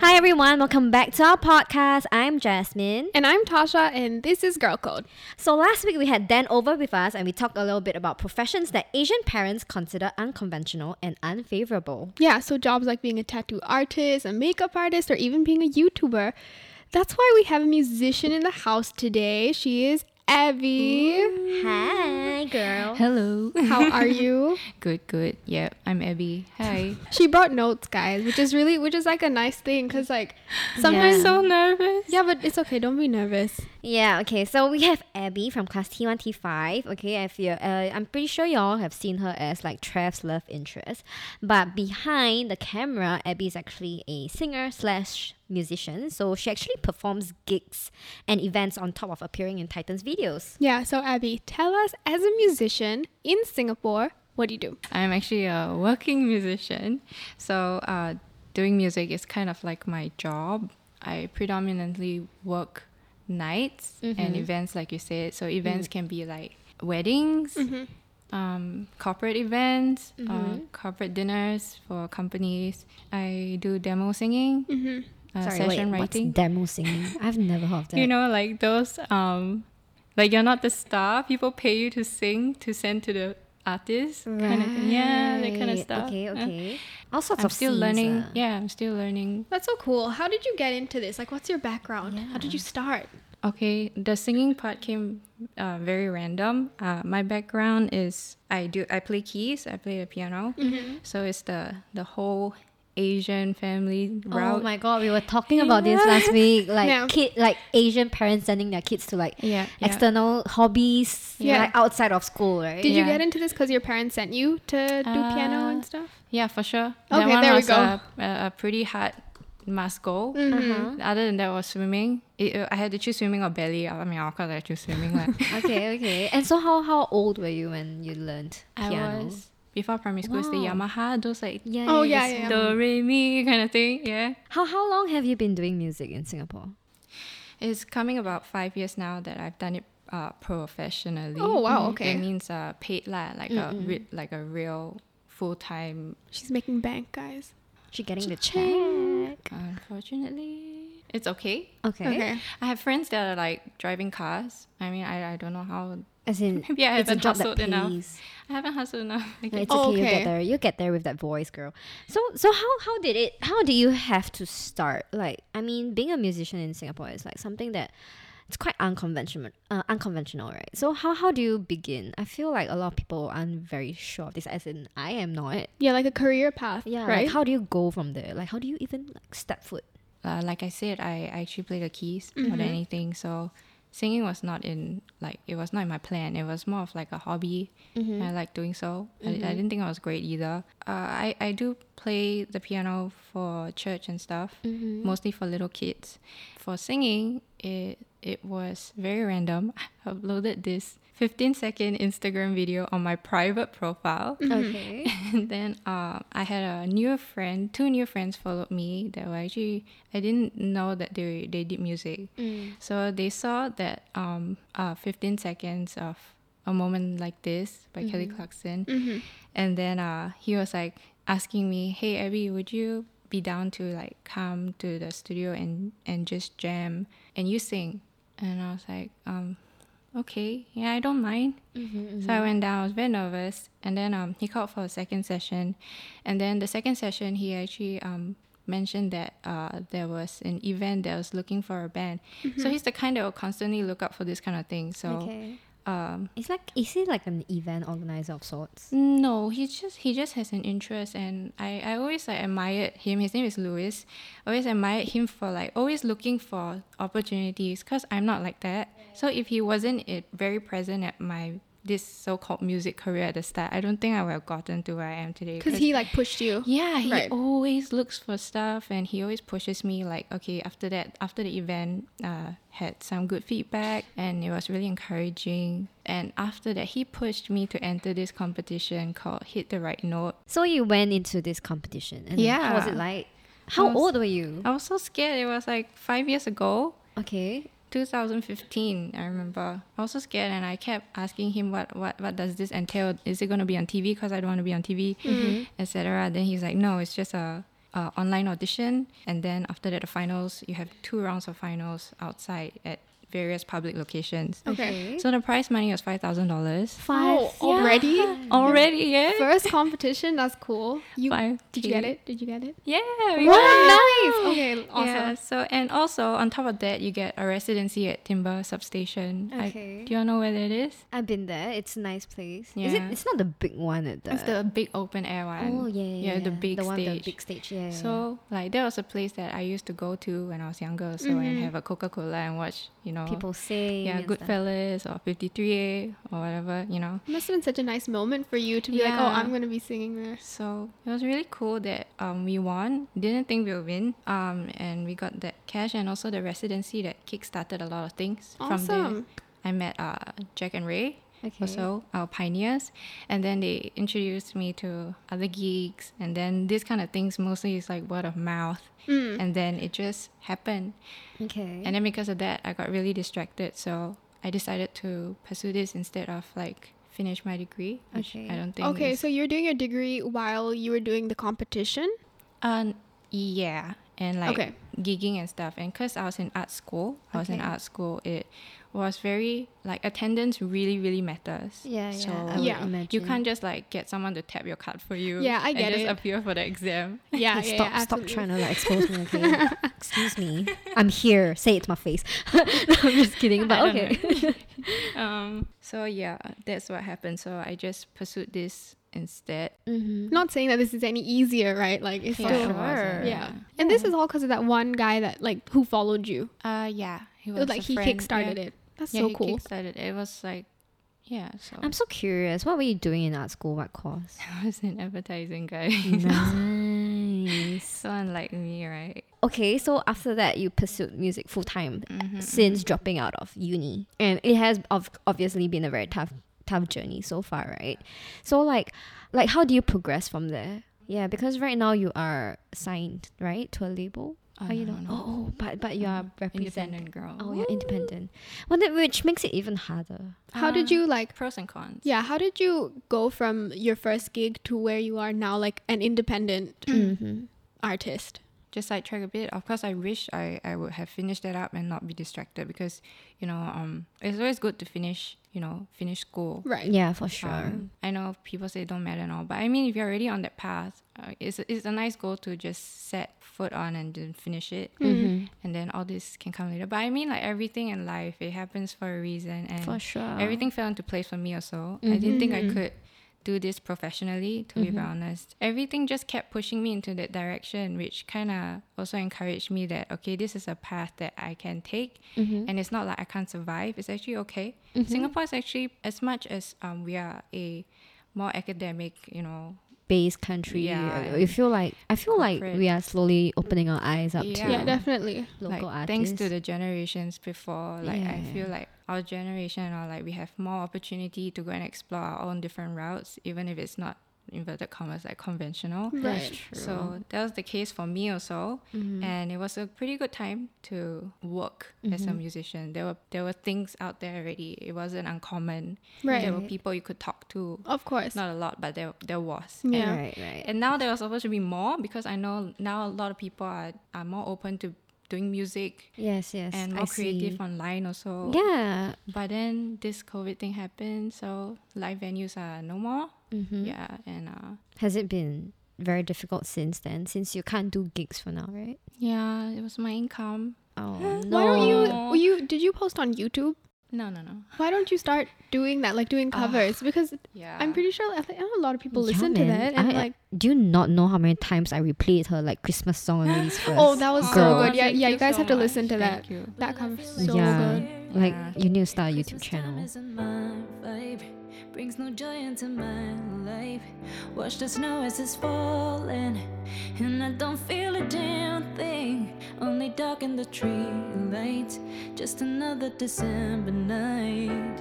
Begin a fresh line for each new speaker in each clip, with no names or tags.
Hi, everyone. Welcome back to our podcast. I'm Jasmine.
And I'm Tasha, and this is Girl Code.
So, last week we had Dan over with us and we talked a little bit about professions that Asian parents consider unconventional and unfavorable.
Yeah, so jobs like being a tattoo artist, a makeup artist, or even being a YouTuber. That's why we have a musician in the house today. She is Abby.
Hi,
Mm.
girl.
Hello.
How are you?
Good, good. Yep, I'm Abby. Hi.
She brought notes, guys, which is really, which is like a nice thing because, like, sometimes.
so nervous.
Yeah, but it's okay. Don't be nervous.
Yeah, okay. So, we have Abby from class T1, T5. Okay, if you, uh, I'm pretty sure y'all have seen her as like Trev's love interest. But behind the camera, Abby is actually a singer slash musician. So, she actually performs gigs and events on top of appearing in Titans videos.
Yeah, so Abby, tell us as a musician in Singapore, what do you do?
I'm actually a working musician. So, uh, doing music is kind of like my job. I predominantly work nights and events, like you said. So, events can be like weddings, um, corporate events, uh, corporate dinners for companies. I do demo singing, uh, session writing.
What's demo singing? I've never heard of that.
you know like those um like you're not the star people pay you to sing to send to the artist kind of thing. yeah that kind of
Right.
stuff
Okay,
Uh,
okay. All sorts
i'm
of
still
scenes, uh.
learning
lah.
yeah i'm still learning
That's so cool. How did you get into this? Like, what's your background? How did you start?
okay the singing part came uh, very random uh, my background is i do i play keys i play the piano so it's the the whole asian family
Oh
route
my god, we were talking about this last week. Like
Yeah.
kid, like Asian parents sending their kids to like
Yeah, yeah.
external hobbies,
Yeah.
like outside of school, right?
Did you
Yeah.
get into this because your parents sent you to do piano and stuff?
Yeah, for sure.
Okay, there we
was
go.
A, a a pretty hard must go.
Mm-hmm.
Other than that was swimming. It, uh, I had to choose swimming or ballet. I mean, of course I choose swimming. Like
okay, okay. And so, how how old were you when you learned
I
piano?
was before primary school. It's the
Wow.
Yamaha, those like
Yeah.
Oh, yeah,
that's-
yeah.
do re mi kind of thing. Yeah,
How how long have you been doing music in Singapore?
it's coming about five years now that I've done it uh, professionally.
Oh, wow,
Mhm.
okay.
That means uh, paid lah, like a re- like a real full time.
She's making bank, guys.
She getting the check.
Unfortunately, it's okay.
Okay.
Okay.
I have friends that are like driving cars. I mean, I, I don't know how
As in,
Maybe I
it's a
haven't
job that
hustled enough.
pays.
I haven't hustled enough. I
No,
guess.
it's okay, You
Okay.
get there. You get there with that voice, girl. So, so how how did it? How do you have to start? Like, I mean, being a musician in Singapore is like something that it's quite unconventional, uh, unconventional, right? So, how how do you begin? I feel like a lot of people aren't very sure of this. As in, I am not.
Yeah, like a career path.
Yeah.
Right.
Like, how do you go from there? Like, how do you even like step foot?
Uh, like I said, I, I actually play the keys more than anything. So singing was not in like it was not in my plan. It was more of like a hobby. I like doing so. I, I didn't think I was great either. Uh, I I do play the piano for church and stuff, mostly for little kids. For singing, it it was very random. I uploaded this 15 second Instagram video on my private profile.
Okay.
and then um, I had a new friend, two new friends followed me that were actually I didn't know that they they did music, so they saw that um uh 15 seconds of a moment like this by Kelly Clarkson, and then uh he was like asking me, hey Abby, would you be down to like come to the studio and and just jam and you sing, and I was like um okay, yeah, I don't mind. So I went down. I was very nervous, and then um, he called for a second session, and then the second session he actually um mentioned that uh there was an event that was looking for a band. So he's the kind that will constantly look out for this kind of thing. So
Okay.
um,
It's like is it like an event organizer of sorts?
no, he just he just has an interest, and I I always like admired him. His name is Louis. Always admired him for like always looking for opportunities. Cause I'm not like that. So if he wasn't it very present at my this so-called music career at the start, I don't think I would have gotten to where I am today.
Because he like pushed you.
Yeah, he
Right.
always looks for stuff and he always pushes me like, okay, after that, after the event, uh, had some good feedback and it was really encouraging. And after that, he pushed me to enter this competition called Hit the Right Note.
So you went into this competition, and how was
Yeah.
it like? How
was-
old were you?
I was so scared. It was like five years ago.
Okay.
2015, I remember. I was so scared, and I kept asking him, "What, what, what does this entail? Is it going to be on TV? Because I don't want to be on TV,
Mm-hmm.
etc." Then he's like, "No, it's just a, a online audition, and then after that, the finals. You have two rounds of finals outside at various public locations.
Okay.
So the prize money was five thousand dollars
Five.
Oh, already?
already. Yeah,
First competition, that's cool. You
Five
did you get
K.
it? Did you get it?
yeah. we
Wow.
won.
Oh,
Nice. Okay, awesome.
Yeah, so and also on top of that, you get a residency at Timber Substation. I-
Okay.
do you all know where that is?
I've been there. It's a nice place. Is it?
Yeah.
It's not the big one at the.
It's the big open air one.
oh yeah, yeah,
the big
the one,
stage.
the big stage. Yeah. yeah,
So like that was a place that I used to go to when I was younger. So and have a Coca Cola and watch, you know,
yeah. Mm-hmm. people sing.
yeah,
and stuff.
Goodfellas or Fifty Three A or whatever, you know.
Must have been such a nice moment for you to be like, oh,
Yeah.
I'm gonna be singing there.
So it was really cool that um, we won. Didn't think we would win. Um, and we got that cash and also the residency that kickstarted a lot of things. From there,
Awesome.
I met uh, Jack and Ray.
Okay.
Also, our pioneers, and then they introduced me to other geeks, and then this kind of things mostly is like word of mouth, and then it just happened.
Mm. Okay.
And then because of that, I got really distracted. So I decided to pursue this instead of like finish my degree. Which
Okay.
I don't think.
Okay,
is-
so you're doing your degree while you were doing the competition.
Um, yeah, and like
Okay.
gigging and stuff. And because I was in art school, I was in
Okay.
art school. It was very like attendance really really matters.
Yeah, yeah,
So
I would
Yeah.
you
imagine.
can't just like get someone to tap your card for you.
Yeah, I get
and just
it.
appear for the exam.
Yeah,
Hey, stop! stop
absolutely.
trying to like expose me. Okay. Excuse me. I'm here. Say it to my face. no, I'm just kidding.
I
But
don't
okay.
know. um. So yeah, that's what happened. So I just pursued this instead.
Mm-hmm.
Not saying that this is any easier, right? Like it's
Yeah,
still,
it wasn't.
yeah. And this is all because of that one guy that like who followed you.
Uh. Yeah. He
It was like
a
he
friend,
kickstarted
yeah.
it. That's
yeah,
so
he
cool.
kickstarted. It was like, yeah. So
I'm so curious. What were you doing in art school? What course?
I was an advertising guy.
nice.
so unlike me, right?
Okay, so after that, you pursued music full time
Mhm,
since dropping out of uni, and it has of obviously been a very tough, tough journey so far, right? So like, like how do you progress from there? Yeah, because right now you are signed right to a label.
Oh,
are you
no,
not?
no.
Oh, oh, but but you are representing.
Independent girl. Um,
Oh, you're independent. Well, that, which makes it even harder.
How did you like?
Pros and cons.
Yeah, how did you go from your first gig to where you are now, like an independent
mm-hmm.
artist?
Just sidetrack a bit. Of course, I wish I, I would have finished that up and not be distracted because, you know, um, it's always good to finish, you know, finish school.
Right.
Yeah, for sure.
Um, I know people say it don't matter and all, but I mean, if you're already on that path, uh, it's, it's a nice goal to just set foot on and then finish it.
Mm-hmm.
And then all this can come later. But I mean, like everything in life, it happens for a reason. And
for sure.
everything fell into place for me also. I didn't think I could do this professionally, to be very honest. Everything just kept pushing me into that direction, which kind of also encouraged me that, okay, this is a path that I can take. And it's not like I can't survive. It's actually okay.
Mm-hmm.
Singapore is actually, as much as um, we are a more academic, you know,
Base country.
Yeah,
Yeah, you feel like I feel like
corporate.
we are slowly opening our eyes up
Yeah.
to
Yeah, definitely.
local
like,
artists.
Thanks to the generations before, like I
Yeah.
feel like our generation are like we have more opportunity to go and explore our own different routes, even if it's not inverted commas like conventional.
That's
Right.
true. Mm-hmm.
So that was the case for me also, and it was a pretty good time to work as
Mm-hmm.
a musician. There were there were things out there already. It wasn't uncommon. There were
Right.
people you could talk to.
Of course.
Not a lot, but there there was.
Yeah.
right, right.
And now there was supposed to be more because I know now a lot of people are, are more open to doing music
yes, yes.
and
I
more creative
see.
online also.
Yeah.
But then this COVID thing happened, so live venues are no more.
hmm
Yeah, and uh,
Has it been very difficult since then? Since you can't do gigs for now, right?
yeah, it was my income.
Oh no.
Why don't you?
No.
were You did you post on YouTube?
No, no, no.
Why don't you start doing that, like doing covers? Because
Yeah,
I'm pretty sure I think I know a lot of people
Yeah,
listen to
man.
that and
I-
like,
Do you not know how many times I replayed her like Christmas song on Ladies First?
oh, that was so
Girl.
good. Yeah,
Thank
yeah, you
you
guys
so
have to
much.
listen to that.
Thank you.
That comes so
yeah.
good.
Like
Yeah.
you need to start a YouTube
Christmas time
channel.
isn't my vibe. Brings no joy into my life. Watch the snow as it's falling, and I don't feel a damn thing. Only dark in the tree lights. Just another December night.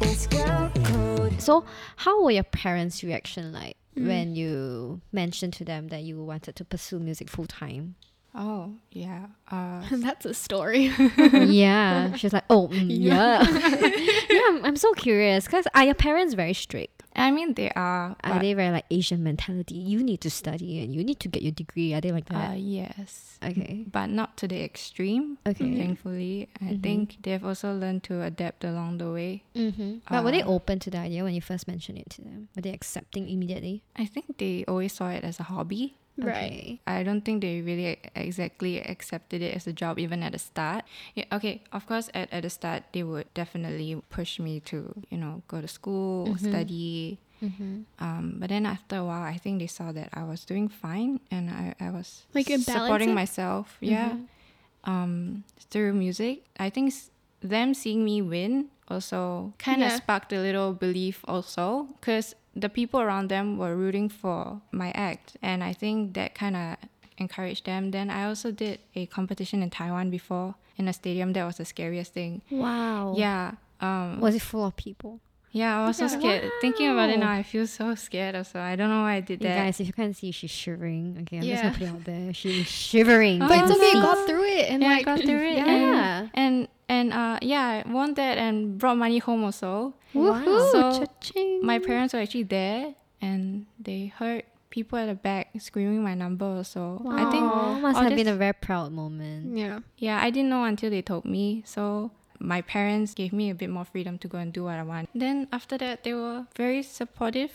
It's got cold.
So, how were your parents' reaction like when you mentioned to them that you wanted to pursue music full time?
Oh, yeah. Uh,
That's a story.
yeah. She's like, oh, mm, yeah. yeah, I'm, I'm so curious because are your parents very strict?
I mean, they are.
Are
but,
they very like Asian mentality? You need to study and you need to get your degree. Are they like
Uh,
that?
yes.
okay.
But not to the extreme.
Okay.
Thankfully, I think they've also learned to adapt along the way.
Mm-hmm. But were they
Uh.
open to the idea when you first mentioned it to them? Were they accepting immediately?
I think they always saw it as a hobby.
right.
I don't think they really exactly accepted it as a job even at the start. Yeah, okay, of course at, at the start they would definitely push me to, you know, go to school,
Mm-hmm.
study. Um, but then after a while I think they saw that I was doing fine and I, I was
Like you're
supporting
balancing? Mm-hmm.
myself. Yeah. Um, through music. I think s- them seeing me win also kind of
Yeah.
sparked a little belief also because the people around them were rooting for my act and i think that kind of encouraged them then i also did a competition in taiwan before in a stadium that was the scariest thing
Wow.
yeah um
Was it full of people?
yeah i was so
Yeah.
scared thinking about it now
Wow.
i feel so scared also i don't know why i did
You
that
guys, if you can't see, she's shivering. Okay, I'm
Yeah.
just gonna put it out there. She's shivering.
But
But it's
Oh,
okay.
no.
I got through it, and
yeah,
like
I got through it
Yeah.
and and, and uh yeah i won that and brought money home also
woohoo,
So,
cha-ching.
my parents were actually there and they heard people at the back screaming my number also i think
Aw, must
all
have been
this-
a very proud moment.
yeah.
yeah i didn't know until they told me so my parents gave me a bit more freedom to go and do what i want then after that they were very supportive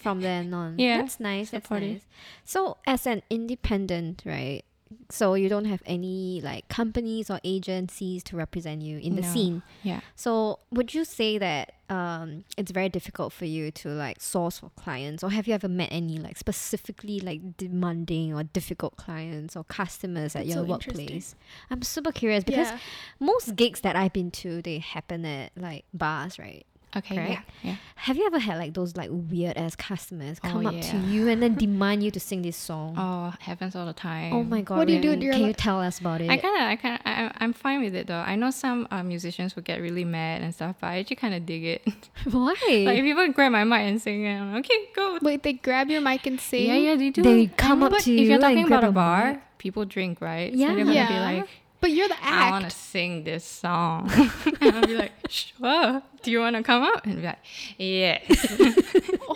from then on.
Mm. Yeah,
That's nice. That's
supportive.
nice. So as an independent, right? So you don't have any like companies or agencies to represent you in the
No.
scene.
yeah
So would you say that um, it's very difficult for you to like source for clients, or have you ever met any like specifically like demanding or difficult clients or customers at
That's
your
so interesting.
workplace? I'm super curious because
Yeah.
most gigs that I've been to, they happen at like bars, right?
okay
Correct.
yeah, yeah
Have you ever had like those like weird ass customers
Oh,
come up to
yeah.
you and then demand you to sing this song?
oh happens all the time
oh my god!
What do you do?
man.
Do you
Can you
like-
tell us about it?
I kind of, I kind of, I'm fine with it though. I know some uh, musicians will get really mad and stuff, but I actually kind of dig it.
Why?
like if people grab my mic and sing, I'm like, okay, go.
Wait, they grab your mic and sing.
Yeah, yeah, they do.
They
I
come
know,
up
but
to
if
you
you're
and
talking
grab
about a
a
bar, people drink, right?
Yeah.
so they're gonna
Yeah.
be like,
But you're the
I want to
act.
sing this song, and I'll be like, sure. Do you want to come up? And be like, yes.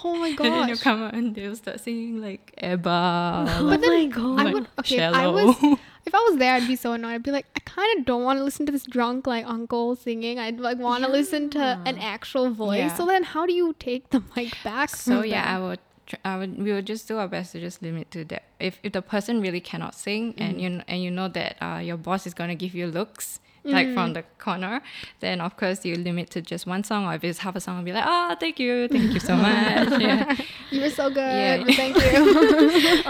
Oh my
and then they'll
gosh.
come up and they'll start singing like Ebba.
oh
like,
But then
my god!
I would okay. If I
shallow.
was if I was there, I'd be so annoyed. I'd be like, I kind of don't want to listen to this drunk like uncle singing. I'd like want to listen to an actual voice.
Yeah.
So then, how do you take the mic back?
So
from
Mm-hmm.
yeah,
them?
I would, tr- I would, we would just do our best to just limit to that. If if the person really cannot sing
Mm-hmm.
and you kn- and you know that uh, your boss is gonna give you looks like
Mm-hmm.
from the corner, then of course you limit to just one song. Or if it's half a song, I'll be like, oh, thank you, thank you so much. yeah.
you were so good.
Yeah.
but Thank you.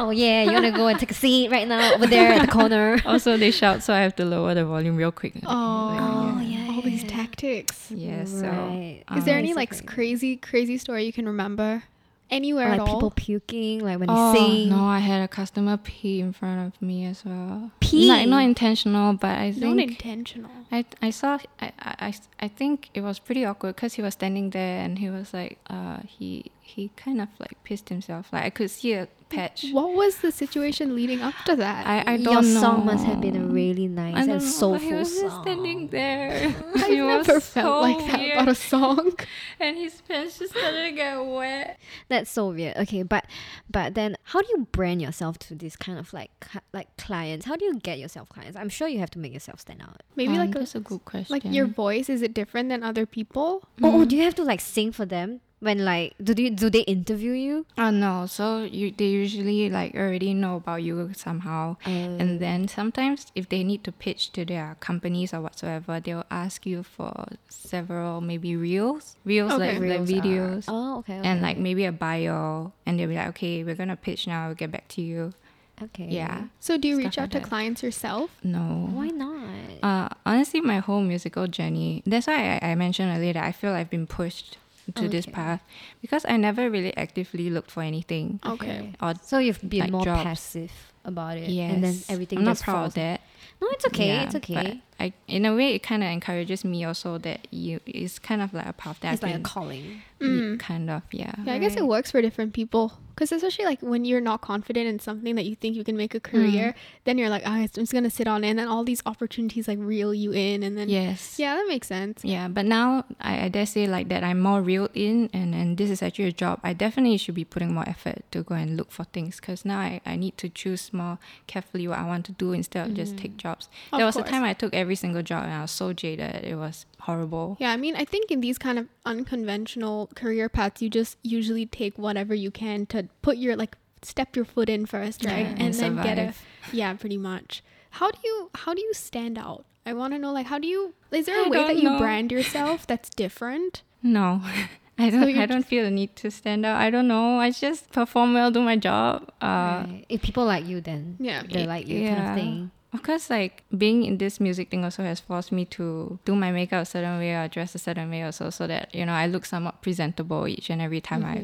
oh yeah, you wanna go and take a seat right now over there at the corner?
Also, they shout, so I have to lower the volume real quick.
oh,
yeah,
all these tactics.
yeah. So
Right.
Is there
um,
any
it's
like
okay.
crazy, crazy story you can remember anywhere
Or,
at
like
all?
people puking, like when
Oh
they sing.
no! I had a customer pee in front of me as well.
Pee?
like not intentional, but I
Not
think
intentional.
I, I saw I, I- I, I think it was pretty awkward because he was standing there and he was like uh he he kind of like pissed himself like I could see a patch
What was the situation leading up to that?
I, I don't
Your
know
song must have been a really nice
I don't know,
and
but he
soulful
was just
song.
standing there
I've
It was
never felt
so
like that
weird.
about a song.
and his pants just started to get wet
That's so weird. Okay, but but then how do you brand yourself to this kind of like cu- like clients? How do you get yourself clients? I'm sure you have to make yourself stand out.
Maybe like a,
that's a good question
like your voice is it different than other people?
Mm.
Oh, oh, do you have to like sing for them when like do they do they interview you?
Oh no! So you they usually like already know about you somehow,
Mm.
and then sometimes if they need to pitch to their companies or whatsoever, they'll ask you for several maybe reels, reels
Okay.
like, like
Reels are-
videos,
Oh, okay. okay.
uh, and like maybe a bio, and they'll be like, okay, we're gonna pitch now. We'll get back to you.
okay.
Yeah.
So do you
Stuff
reach
like
out to
that.
clients yourself?
No.
Why not?
Uh, honestly, my whole musical journey. That's why I, I mentioned earlier that I feel I've been pushed to this
Okay.
path because I never really actively looked for anything.
Okay.
Or
So you've been
like
more
jobs.
passive about it, and then everything
I'm
just
not proud
falls.
of that.
No, it's okay.
Yeah,
it's
but
okay.
I, in a way, it kind of encourages me also that you. It's kind of like a path that
It's
I've
like a
been
calling.
Mm.
y- kind of yeah.
Yeah, I guess it works for different people. Because especially like when you're not confident in something that you think you can make
Hmm.
a career, then you're like, oh, I'm just gonna sit on it, and then all these opportunities like reel you in, and then
Yes.
yeah, that makes sense.
Yeah, but now I, I dare say like that I'm more reeled in and, and this is actually a job. I definitely should be putting more effort to go and look for things because now I, I need to choose more carefully what I want to do instead of just take jobs.
Of
there was
course.
a time I took every single job and I was so jaded. It was horrible.
Yeah, I mean, I think in these kind of unconventional career paths, you just usually take whatever you can to put your like step your foot in first, right?
and
and then get a
survive.
yeah, pretty much. How do you how do you stand out? I want to know like how do you is there a
I
way that
don't
you
know.
brand yourself that's different?
No. I don't
you
I don't feel the need to stand out. I don't know. I just perform well, do my job. Uh
Right. If people like you, then
Yeah.
they like you kind of thing.
Of course, like being in this music thing also has forced me to do my makeup a certain way or dress a certain way also, so that you know I look somewhat presentable each and every time I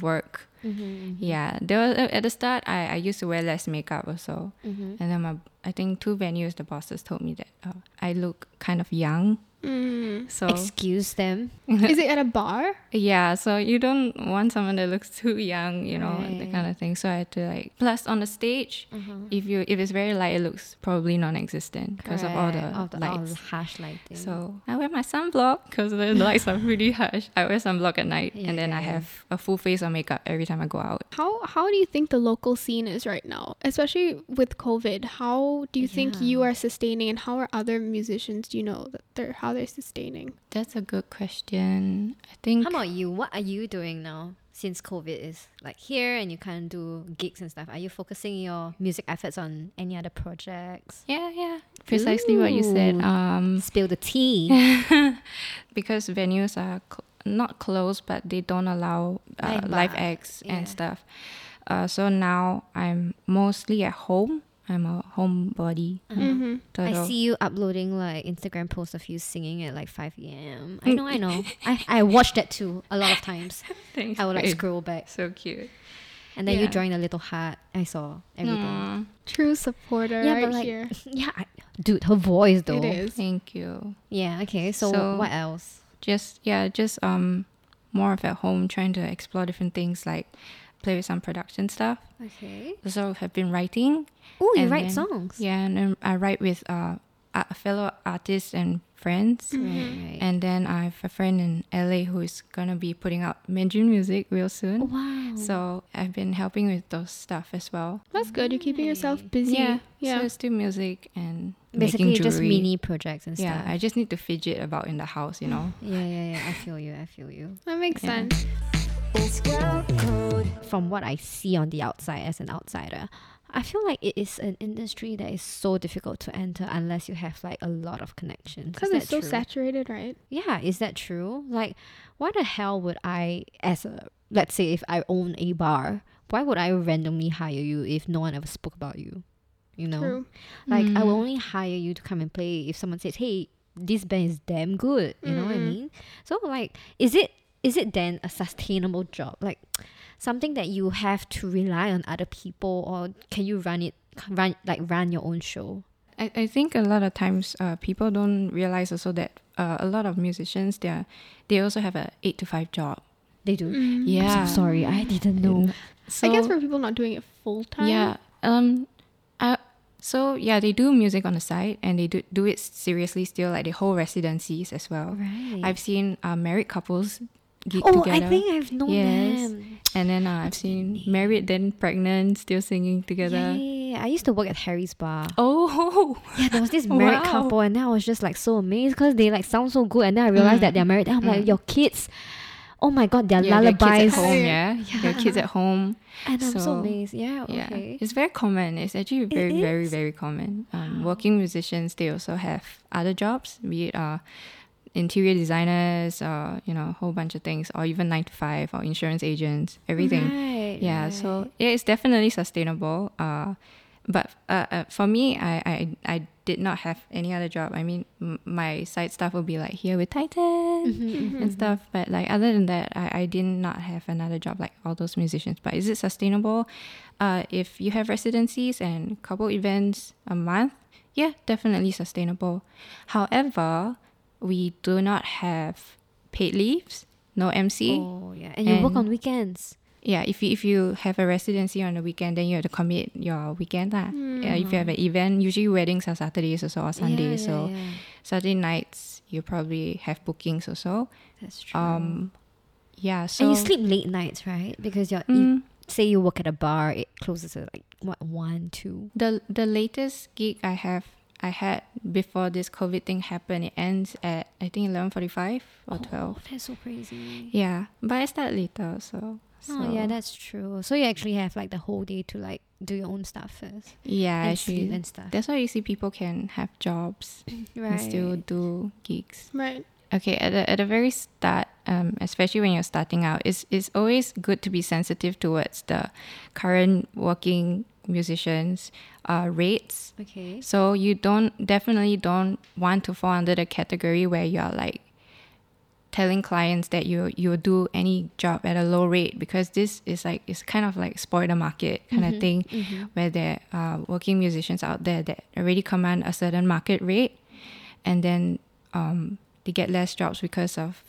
work. Yeah, there was at the start I, I used to wear less makeup also, and then my I think two venues the bosses told me that uh, I look kind of young,
Mm.
so
Excuse them.
is it at a bar?
yeah, so you don't want someone that looks too young, you know, that kind of thing. So I had to like plus on the stage, if you if it's very light, it looks probably non-existent because of all the
Correct. Of the- all
lights.
the harsh lighting.
so I wear my sunblock because the lights are pretty harsh. I wear sunblock at night, and then I
Yeah.
have a full face of makeup every time I go out.
How how do you think the local scene is right now, especially with COVID? How do you think you are sustaining, and how are other musicians? Do you know that they're how they're sustaining?
That's a good question. I think
How about you? What are you doing now since COVID is like here and you can't do gigs and stuff? Are you focusing your music efforts on any other projects?
yeah, yeah, precisely what you said.
Ooh.
Um,
Spill the tea.
because venues are cl- not closed, but they don't allow uh,
Live
live
bar,
acts
yeah.
and stuff. Uh, so now I'm mostly at home. I'm a homebody.
Mm-hmm.
I
turtle.
see you uploading like Instagram posts of you singing at like 5 a.m. I
Mm.
know, I know. I, I watched that too a lot of times.
Thanks,
I would like
babe.
scroll back.
So cute.
And then you
Yeah.
join a little heart. I saw everything.
Aw,
True supporter
Yeah,
right
but like,
here.
yeah, I, dude, her voice though.
It is.
thank you.
Yeah, okay. So,
So-
what else?
Just yeah, just um, more of at home, trying to explore different things like play with some production stuff.
Okay.
So I've been writing.
Oh, you
and
write
then-
songs.
Yeah, and then I write with uh, a- fellow artists and friends.
Right.
And then I have a friend in LA who is gonna be putting out Mandarin music real soon.
wow.
So I've been helping with those stuff as well.
That's good. You're keeping yourself busy.
Yeah,
yeah.
So it's still music and
basically
making
just
jewelry.
mini projects and
Yeah,
stuff.
I just need to fidget about in the house, you know.
yeah, yeah, yeah. I feel you. I feel you.
that makes
Yeah.
sense.
From what I see on the outside as an outsider, I feel like it is an industry that is so difficult to enter unless you have like a lot of connections.
Because
Is that
it's so
true?
saturated, right?
Yeah, is that true? Like, why the hell would I, as a let's say, if I own a bar, why would I randomly hire you if no one ever spoke about you? You know,
True.
like I will
Mm-hmm.
only hire you to come and play if someone says, "Hey, this band is damn good." You know
Mm-hmm.
what I mean? So like, is it is it then a sustainable job? Like something that you have to rely on other people, or can you run it run like run your own show?
I, I think a lot of times uh, people don't realize also that uh, a lot of musicians they are, they also have a eight to five job.
They do.
Mm. Mm-hmm. Yeah.
I'm so sorry, I didn't know.
So
Mm-hmm. I guess for people not doing it full time.
Yeah. Um. Uh, so yeah, they do music on the side, and they do do it seriously still, like the whole residencies as well.
Right.
I've seen uh, married couples gig
Oh,
together.
I think I've known
Yes.
them.
And then uh, I've seen married, then pregnant, still singing
Yeah, yeah,
together.
yeah. I used to work at Harry's bar.
Oh,
Yeah, there was this married
Wow.
couple, and then I was just like so amazed because they like sound so good,
Mm.
and then I realized that they're married. And I'm like, your kids, oh my god, their
yeah, their
lullabies,
kids at home. Yeah, yeah. their kids at home.
and I'm so,
So,
amazed. Yeah,
Yeah,
okay.
it's very common. It's actually very, very,
is?
very common. Um, Working musicians, they also have other jobs, be it uh, interior designers, uh, you know, a whole bunch of things, or even nine to five, or insurance agents, everything.
Right,
yeah,
right.
so yeah, it's definitely sustainable. Uh, but uh, uh, for me, I, I I did not have any other job. I mean, m- my side stuff would be like here with Titan
Mm-hmm.
and stuff. But like other than that, I, I did not have another job like all those musicians. But is it sustainable? Uh, if you have residencies and couple events a month, yeah, definitely sustainable. However, we do not have paid leaves, no MC.
oh yeah, and you work
E and-
on weekends.
yeah, if you, if you have a residency on the weekend, then you have to commit your weekend. lah.
Hmm.
Yeah, if you have an event, usually weddings are Saturdays also or Sundays.
yeah,
so
yeah.
Saturday nights, you probably have bookings also.
That's true.
Um, yeah, so.
and you sleep late nights, right? Because you're you,
Mm.
say you work at a bar, it closes at like what one, two.
The the latest gig I have I had before this COVID thing happened, it ends at I think eleven forty five or twelve.
oh, That's so crazy.
Yeah. But I start later, so,
Oh yeah,
so-
that's true. So you actually have like the whole day to like do your own stuff first
yeah,
and
actually
sleep and stuff.
that's why you see people can have jobs and still do gigs.
Right.
Okay, at the, at the very start, um, especially when you're starting out, it's, it's always good to be sensitive towards the current working musicians' uh, rates
Okay.
So you don't definitely don't want to fall under the category where you're like telling clients that you you do any job at a low rate because this is like it's kind of like spoil the market kind of thing where there are working musicians out there that already command a certain market rate and then um, they get less jobs because of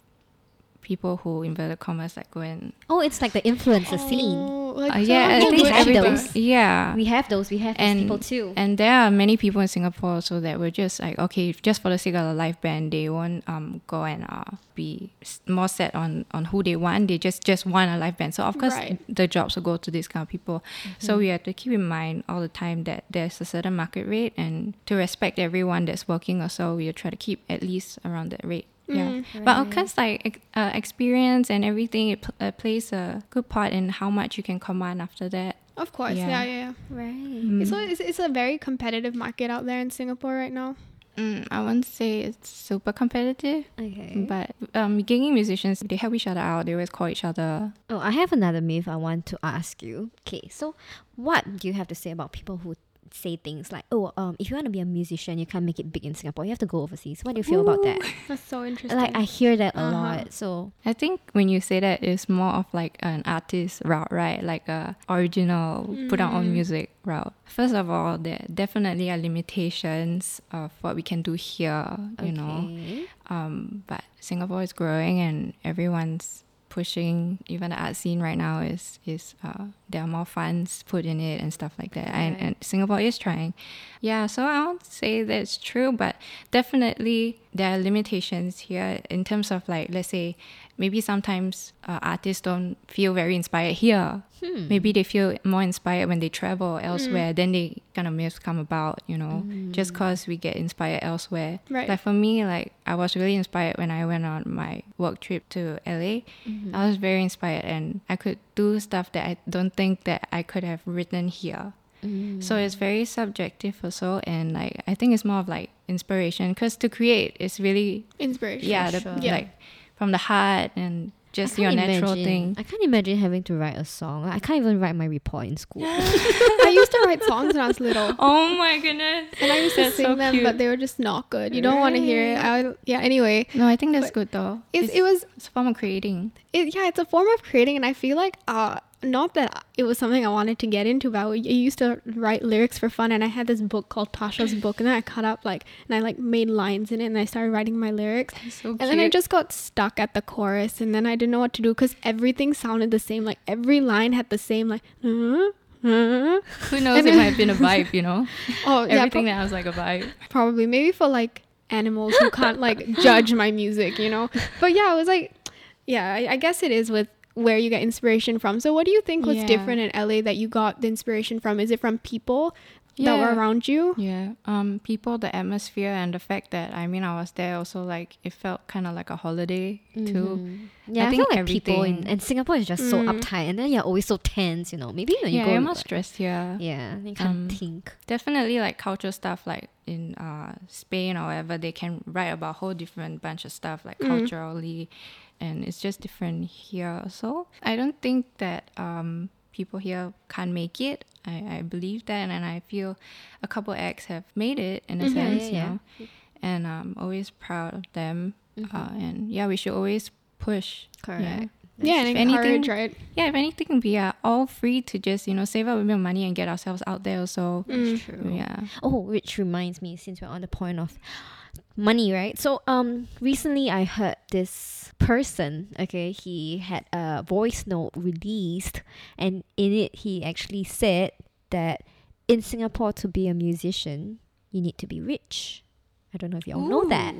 people who inverted commas like go and
Oh, it's like the influencer scene.
Oh, like
Uh, yeah,
Yeah,
Sarah
I
we have
think
Goldberg.
everybody,
those.
yeah,
We have those. We have those
and
people too.
and there are many people in Singapore so that were just like okay, if just for the sake of a live band, they won't um go and uh, be s- more set on on who they want. They just just want a live band. So of course
Right.
the jobs will go to these kind of people. So we have to keep in mind all the time that there's a certain market rate, and to respect everyone that's working. Also, we try to keep at least around that rate. Yeah,
Mm-hmm.
but of course, like ex- uh, experience and everything, it pl- uh, plays a good part in how much you can command after that.
Of course.
Yeah.
Yeah, yeah, yeah.
right.
Mm,
It's, always- it's, it's a very competitive market out there in Singapore right now.
Mm, I won't say it's super competitive,
Okay.
but um, gigging musicians they help each other out. They always call each other.
Oh, I have another myth I want to ask you. Okay, so what do you have to say about people who say things like, "Oh, um, if you want to be a musician, you can't make it big in Singapore. You have to go overseas." What do you feel about that?
That's so interesting.
Like I hear that a
Uh-huh.
lot. So
I think when you say that, it's more of like an artist route, right? Like a original, put out
Mm.
own music route. First of all, there definitely are limitations of what we can do here, you know.
okay.
Um, but Singapore is growing, and everyone's pushing. Even the art scene right now is is uh, there are more funds put in it and stuff like that. And, and Singapore is trying. Yeah, so I won't say that's true, but definitely there are limitations here in terms of like let's say maybe sometimes uh, artists don't feel very inspired here.
Mm. Hmm.
Maybe they feel more inspired when they travel elsewhere. Then they kind of myths come about, you know, just
Mm.
cause we get inspired elsewhere.
Right.
Like for me, like I was really inspired when I went on my work trip to LA.
Mm-hmm.
I was very inspired and I could do stuff that I don't think that I could have written here.
Mm.
So it's very subjective also and like I think it's more of like inspiration because to create is really
Inspiration.
yeah, the,
sure.
Yeah.
like from the heart and
I
just
can't
your natural
imagine-
thing.
I can't imagine having to write a song. I can't even write my report in school.
I used to write songs when I was little.
Oh my goodness.
And I used to
That's
sing
so
them,
cute.
but they were just not good. You don't want to hear it. I, yeah, anyway.
No, I think that's
But
good though.
It's, it was
it's a form of creating.
it, yeah, it's a form of creating, and I feel like uh, not that it was something I wanted to get into, but I used to write lyrics for fun, and I had this book called Tasha's Book, and then I cut up like and I like made lines in it, and I started writing my lyrics,
So
and then I
cute.
just got stuck at the chorus, and then I didn't know what to do because everything sounded the same, like every line had the same like. "Uh, uh."
Who knows? It might have been a vibe, you know.
Oh, yeah,
Everything that was like a vibe.
probably maybe for like animals who can't like judge my music you know but yeah it was like yeah I, I guess it is with where you get inspiration from so what do you think was
Yeah.
different in la that you got the inspiration from is it from people that were
Yeah.
around you
Yeah. Um. People, the atmosphere, and the fact that I mean, I was there also. Like it felt kind of like a holiday too.
Mm-hmm. Yeah, I,
think
feel like people in
everything- Mm.
and Singapore is just so uptight, and then you're always so tense. You know, maybe when you
yeah,
go,
you're Um, more
like-
stressed here.
yeah, you can't think.
Definitely, like cultural stuff, like in uh, Spain or wherever, they can write about whole different bunch of stuff, like
Mm.
culturally, and it's just different here. Also, I don't think that um, people here can't make it. I, I believe that, and I feel a couple acts have made it in a sense,
Mm-hmm. yeah, Mm-hmm.
you know, and I'm always proud of them. Uh, and yeah, we should always push. Yeah.
Correct.
yeah and
if
encourage
anything-
right
Yeah, if anything, we are all free to just, you know, save up a bit of money and get
Mm.
ourselves out there. So,
That's true.
Mm, yeah.
Oh, which reminds me, since we're on the point of money, right? So um recently I heard this person, okay, he had a voice note released and in it he actually said that in Singapore to be a musician, you need to be rich. I don't know if y'all know that.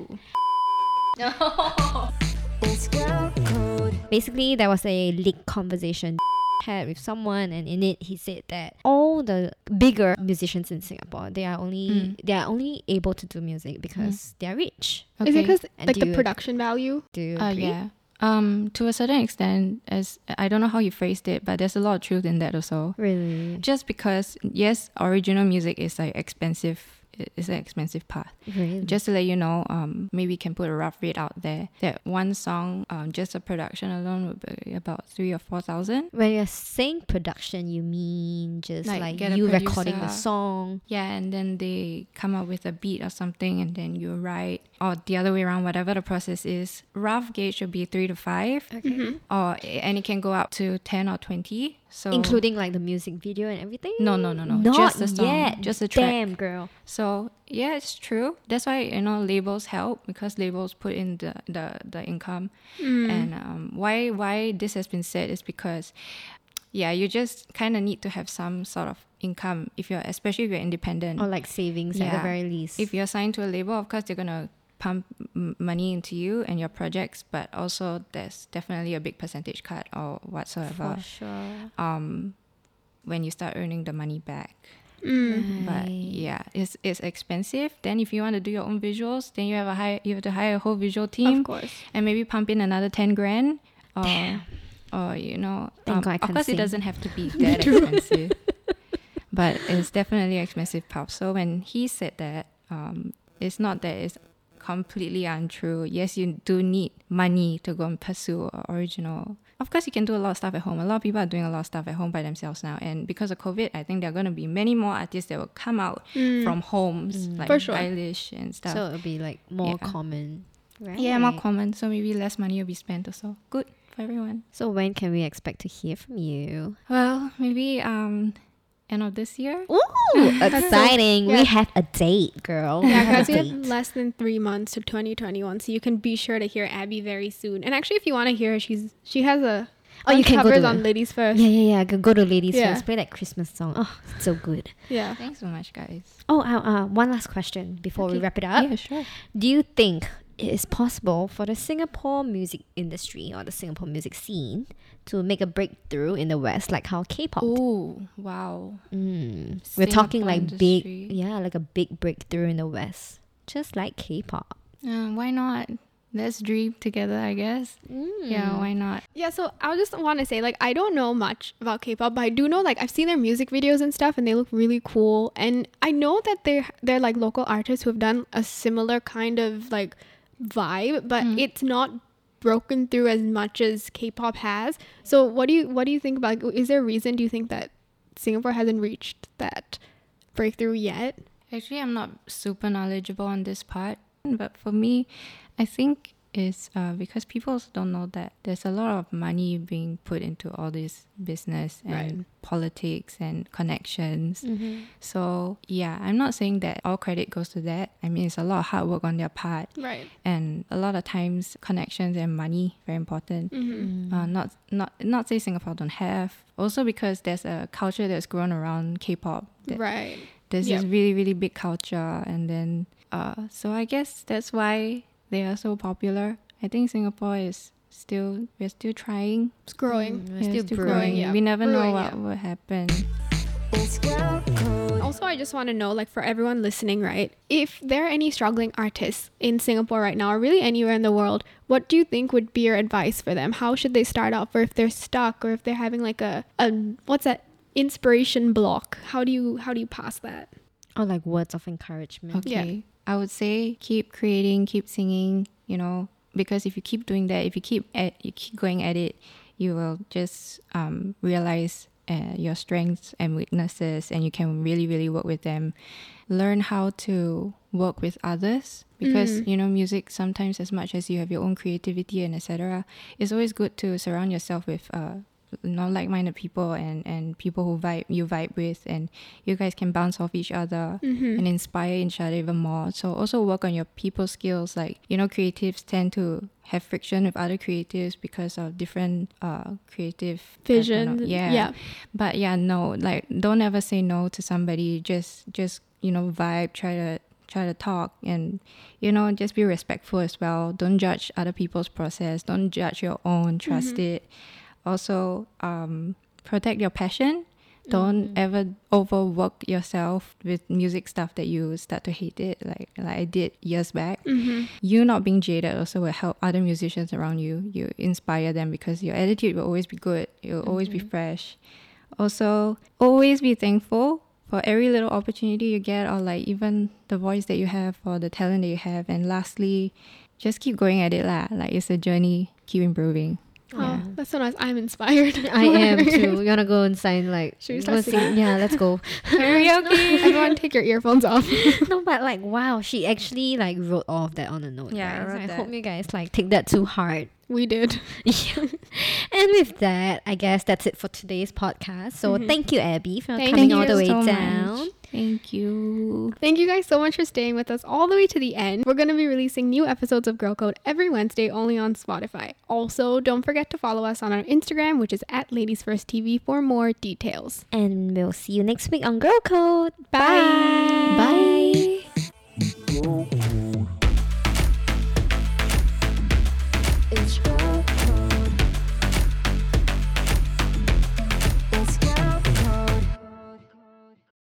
Basically, there was a leaked conversation had with someone, and in it, he said that all the bigger musicians in Singapore they are only
Hmm.
they are only able to do music because they are rich.
Is it because
And
like
do
the
you-
production value?
Do you
Uh,
agree?
yeah. Um, to a certain extent, as I don't know how you phrased it, but there's a lot of truth in that also.
Really,
Just because, yes, original music is like expensive. it- It's an expensive path.
really.
Just to let you know, um, maybe we can put a rough rate out there. That one song, um, just a production alone would be about three or four thousand.
when you're saying production, you mean just
Like,
like,
get a
you recording a
producer.
song.
Yeah, and then they come up with a beat or something, and then you write, or the other way around, whatever the process is. Rough gauge would be three to five, okay. or and it can go up to ten or twenty. So
Including like the music video and everything.
No, no, no, no.
Not
just the song,
yet.
just the track.
Damn, girl.
So yeah, it's true. That's why you know labels help because labels put in the the, the income.
Mm.
And um, why why this has been said is because yeah, you just kind of need to have some sort of income if you're especially if you're independent.
Or like savings at the
Yeah.
very least.
If you're signed to a label, of course they're gonna pump m- money into you and your projects, but also there's definitely a big percentage cut or whatsoever
for sure.
um, when you start earning the money back.
Mm.
Uh,
But
Right.
yeah, it's it's expensive. Then if you want to do your own visuals, then you have a hire you have to hire a whole visual team
Of course.
and maybe pump in another ten grand. Or, or you know,
Thank
um,
God I
of
can't
course
sing.
it doesn't have to be that expensive, but it's definitely expensive pop. So when he said that, um, it's not that it's completely untrue. Yes, you do need money to go and pursue a original. Of course, you can do a lot of stuff at home. A lot of people are doing a lot of stuff at home by themselves now, and because of COVID, I think there are going to be many more artists that will come out from homes, like
For sure.
Eilish and stuff.
So it'll be like more
Yeah.
common. Right.
Yeah, more common. So maybe less money will be spent also. Good for everyone.
So when can we expect to hear from you?
Well, maybe um end of this year.
Ooh, exciting!
yeah.
We have a date, girl. We
Yeah,
have
guys,
a
we have
date.
less than three months to 2021, so you can be sure to hear Abby very soon. And actually, if you want to hear her, she's she has a
Oh, you
bunch of
can go
covers
to-
on Ladies First.
Yeah, yeah, yeah. Go, go to ladies
Yeah.
first. Play that Christmas song. Oh, it's so good.
Yeah.
Thanks so much, guys. Ah.
Oh, uh, uh, one last question before we wrap it up.
Yeah, sure.
Do you think it is possible for the Singapore music industry or the Singapore music scene to make a breakthrough in the West, like how K-pop? did?
Ooh, wow.
Mm. We're talking
Singapore
like
industry.
big, yeah, like a big breakthrough in the West, just like K-pop.
Uh, why not? Let's dream together, I guess.
Mm.
Yeah, why not?
Yeah, so I just want to say, like, I don't know much about K-pop, but I do know, like, I've seen their music videos and stuff, and they look really cool. And I know that they're they're like local artists who have done a similar kind of like vibe, but it's not broken through as much as K-pop has. So, what do you what do you think about? Like, is there a reason do you think that Singapore hasn't reached that breakthrough yet?
Actually, I'm not super knowledgeable on this part, but for me, I think it's uh, because people also don't know that there's a lot of money being put into all this business and politics and connections.
Mm-hmm.
So, yeah, I'm not saying that all credit goes to that. I mean, it's a lot of hard work on their part
Right.
and a lot of times connections and money very important.
Mm.
Uh, not not not say Singapore don't have. Also because there's a culture that's grown around K-pop. That
Right.
There's
Yeah.
this really really big culture, and then uh, so I guess that's why they are so popular. I think Singapore is still we're still trying,
It's growing.
We're
We're
still brewing.
growing, yeah.
We never know
Brewing,
what
yeah.
will happen.
Also, I just want to know, like, for everyone listening, right? If there are any struggling artists in Singapore right now, or really anywhere in the world, what do you think would be your advice for them? How should they start off, or if they're stuck, or if they're having like a, a what's that inspiration block? How do you how do you pass that?
Or Oh, like words of encouragement.
Okay. I would say keep creating, keep singing, you know, because if you keep doing that, if you keep at you keep going at it, you will just um, realize uh, your strengths and weaknesses and you can really really work with them. Learn how to work with others because you know music sometimes as much as you have your own creativity and etc it's always good to surround yourself with uh, you know like-minded people and and people who vibe you vibe with and you guys can bounce off each other and inspire each other even more so also work on your people skills like you know creatives tend to have friction with other creatives because of different uh creative I don't
Visions
know,
and-
yeah
yeah.
but yeah no like don't ever say no to somebody just just you know vibe try to try to talk and you know just be respectful as well don't judge other people's process don't judge your own trust it also um protect your passion don't ever overwork yourself with music stuff that you start to hate it like like i did years back you not being jaded also will help other musicians around you you inspire them because your attitude will always be good you'll always be fresh also always be thankful for every little opportunity you get or like even the voice that you have or the talent that you have and lastly just keep going at it lah like it's a journey keep improving
Oh, that's so nice. I'm inspired.
I am too. You wanna go and sign like?
Should we start
go sing-
singing?
Yeah, let's go.
Karaoke. Everyone, take your earphones off.
no, but like, wow, she actually like wrote all of that on a note.
Yeah, I
guys.
wrote
I,
that.
hope you guys like take that to heart.
we did.
Yeah. and with that, I guess that's it for today's podcast. So thank you, Abby, for
Thank
coming
you
all the way
Mm-hmm. so much.
down.
thank you
Thank you guys so much for staying with us all the way to the end. We're going to be releasing new episodes of Girl Code every Wednesday only on Spotify. Also, don't forget to follow us on our Instagram, which is at Ladies First TV, for more details.
And we'll see you next week on Girl Code.
Bye.
Bye.